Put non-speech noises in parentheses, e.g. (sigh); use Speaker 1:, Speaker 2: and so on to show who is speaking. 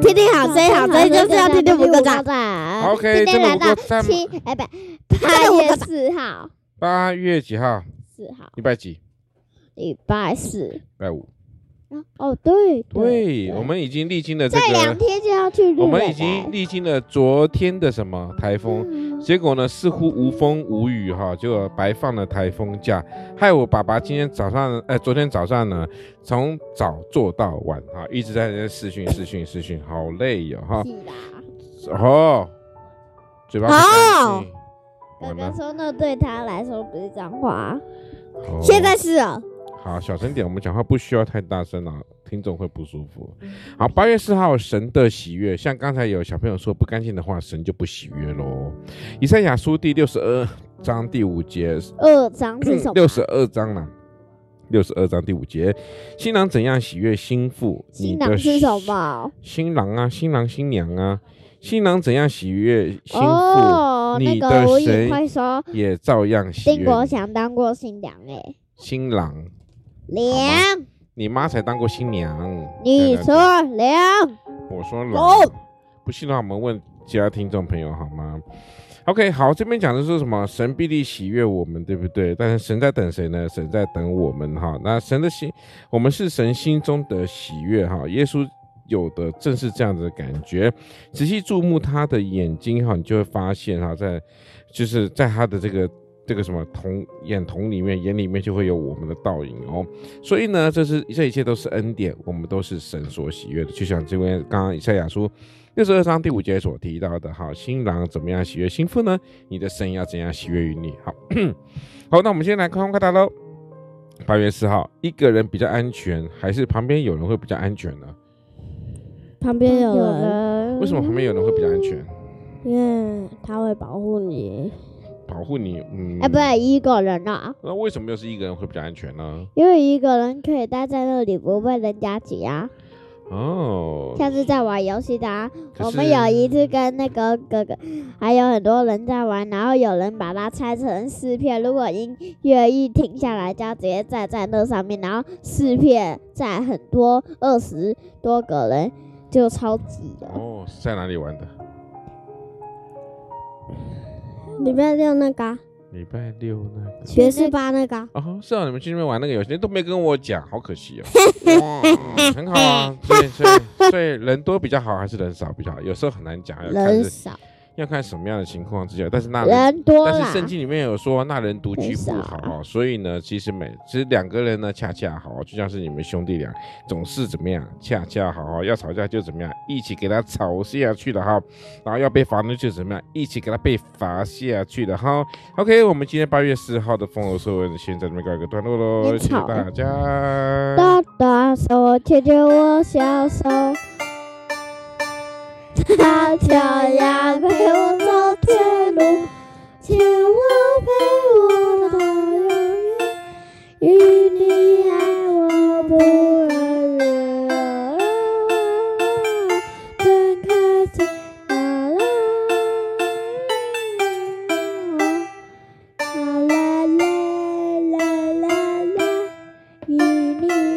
Speaker 1: 听听好声音，好声音就是要听听五个赞。
Speaker 2: 赞今
Speaker 3: OK，
Speaker 2: 天
Speaker 3: 这
Speaker 2: 来
Speaker 3: 个五
Speaker 2: 到
Speaker 3: 个赞
Speaker 2: 七，哎
Speaker 3: (laughs)
Speaker 2: 不，
Speaker 1: 这
Speaker 2: 八
Speaker 1: 个五
Speaker 2: 月
Speaker 1: 个
Speaker 2: 四号，
Speaker 3: 八月几号？
Speaker 2: 四号，
Speaker 3: 礼拜几？礼
Speaker 2: 礼拜四。
Speaker 3: 拜五。
Speaker 2: 哦，对
Speaker 3: 对，我们已经历经了这
Speaker 2: 这两
Speaker 3: 个，
Speaker 2: 天就要去日本了。
Speaker 3: 我们已经历经了昨天的什么台风，
Speaker 2: 嗯
Speaker 3: 结果呢，似乎无风无雨哈，就白放了台风假，害我爸爸今天早上，呃，昨天早上呢，从早做到晚哈，一直在那视讯视讯视讯，好累哟、哈，
Speaker 2: 屁啦
Speaker 3: 哦，嘴巴不干净，
Speaker 2: 哥
Speaker 3: 完
Speaker 2: 哥
Speaker 3: 了，
Speaker 2: 说那对他来说不是脏话。
Speaker 3: 哦
Speaker 1: 现在是哦，
Speaker 3: 好小声点，我们讲话不需要太大声啊，听众会不舒服。
Speaker 2: 嗯
Speaker 3: 好，八月四号，神的喜悦，像刚才有小朋友说不干净的话，神就不喜悦喽。以赛亚书第六十二章第五节嗯
Speaker 2: 二张是什么？
Speaker 3: 六十二章啦，六十二章第五节，新郎怎样喜悦心腹？
Speaker 2: 新
Speaker 3: 你
Speaker 2: 郎
Speaker 3: 的
Speaker 2: 是什？么？
Speaker 3: 新郎啊，新郎新娘啊，新郎怎样喜悦心腹？
Speaker 2: 哦，
Speaker 3: 你
Speaker 2: 那
Speaker 3: 的
Speaker 2: 个吴宇
Speaker 3: 谁
Speaker 2: 会说
Speaker 3: 也照样喜悦
Speaker 2: 丁
Speaker 3: 你。
Speaker 2: 国祥当过新娘哎，
Speaker 3: 新郎，
Speaker 2: 娘，
Speaker 3: 你妈才当过新娘。
Speaker 2: 你
Speaker 3: 对对
Speaker 2: 说娘，
Speaker 3: 我说
Speaker 1: 哦
Speaker 3: 老，不信的话，我们问其他听众朋友好吗？OK，好，这边讲的是什么？神必定喜悦我们，对不对？但是神在等谁呢？神在等我们哈。那神的心，我们是神心中的喜悦哈。耶稣有的正是这样子的感觉。仔细注目他的眼睛哈，你就会发现哈，在就是在他的这个。这个什么瞳眼瞳里面，眼里面就会有我们的倒影哦。所以呢，这是这一切都是恩典，我们都是神所喜悦的。就像这边刚刚以赛亚书六十二章第五节所提到的，哈，新郎怎么样喜悦新妇呢？你的神要怎样喜悦于你？好， (clears throat) 好，那我们先来快问快答喽。八月四号，一个人比较安全，还是旁边有人会比较安全呢？
Speaker 1: 旁边嗯有人，
Speaker 3: 为什么旁边有人会比较安全？
Speaker 1: 因为他会保护你。
Speaker 3: 保护你，嗯，
Speaker 2: 哎，不对，一个人啊，
Speaker 3: 那为什么又是一个人会比较安全呢？
Speaker 2: 因为一个人可以待在那里不被人
Speaker 1: 嗯
Speaker 2: 家挤啊。
Speaker 3: 哦，
Speaker 2: 像是在玩游戏的啊，
Speaker 3: 可
Speaker 2: 我
Speaker 3: 是
Speaker 2: 们有一次跟那个哥哥，还有很多人在玩，然后有人把它拆成四片，如果音乐一停下来，就要直接站在那上面，然后四片站很多二十多个人，就超级的。
Speaker 3: 哦，是在哪里玩的？
Speaker 1: 礼拜六那个啊
Speaker 3: 礼拜六那个。
Speaker 1: 学士吧那个啊，
Speaker 3: 哦，是啊，你们去那边玩那个游戏，你都没跟我讲，好可惜哦。
Speaker 2: (laughs) 对
Speaker 3: 很好啊，所以所以所以人多比较好还是人少比较好？有时候很难讲，要呃看
Speaker 2: 人
Speaker 3: 是
Speaker 2: 少，
Speaker 3: 要看什么样的情况之下。但是那
Speaker 2: 人多
Speaker 3: 啊但
Speaker 2: 啦
Speaker 3: 是，圣经里面有说那人独居
Speaker 2: 人
Speaker 3: 不
Speaker 2: 少
Speaker 3: 好哦，所以呢，其实每其实两个人呢恰恰好，就像是你们兄弟俩，总是怎么样恰恰好哦，要吵架就怎么样，一起给他吵下去了哈，然后要被罚呢就怎么样，一起给他被罚下去了哈。OK，我们今天八月四号的风流社会先在这边告一个段落喽，
Speaker 2: 很
Speaker 3: 谢谢
Speaker 2: 吵
Speaker 3: 大家。
Speaker 2: 大大手牵着我小手，大脚丫陪我走铁路，牵我陪我到永远，与你爱我不二元。睁开嘴啦啦啦啦啦啦啦。与你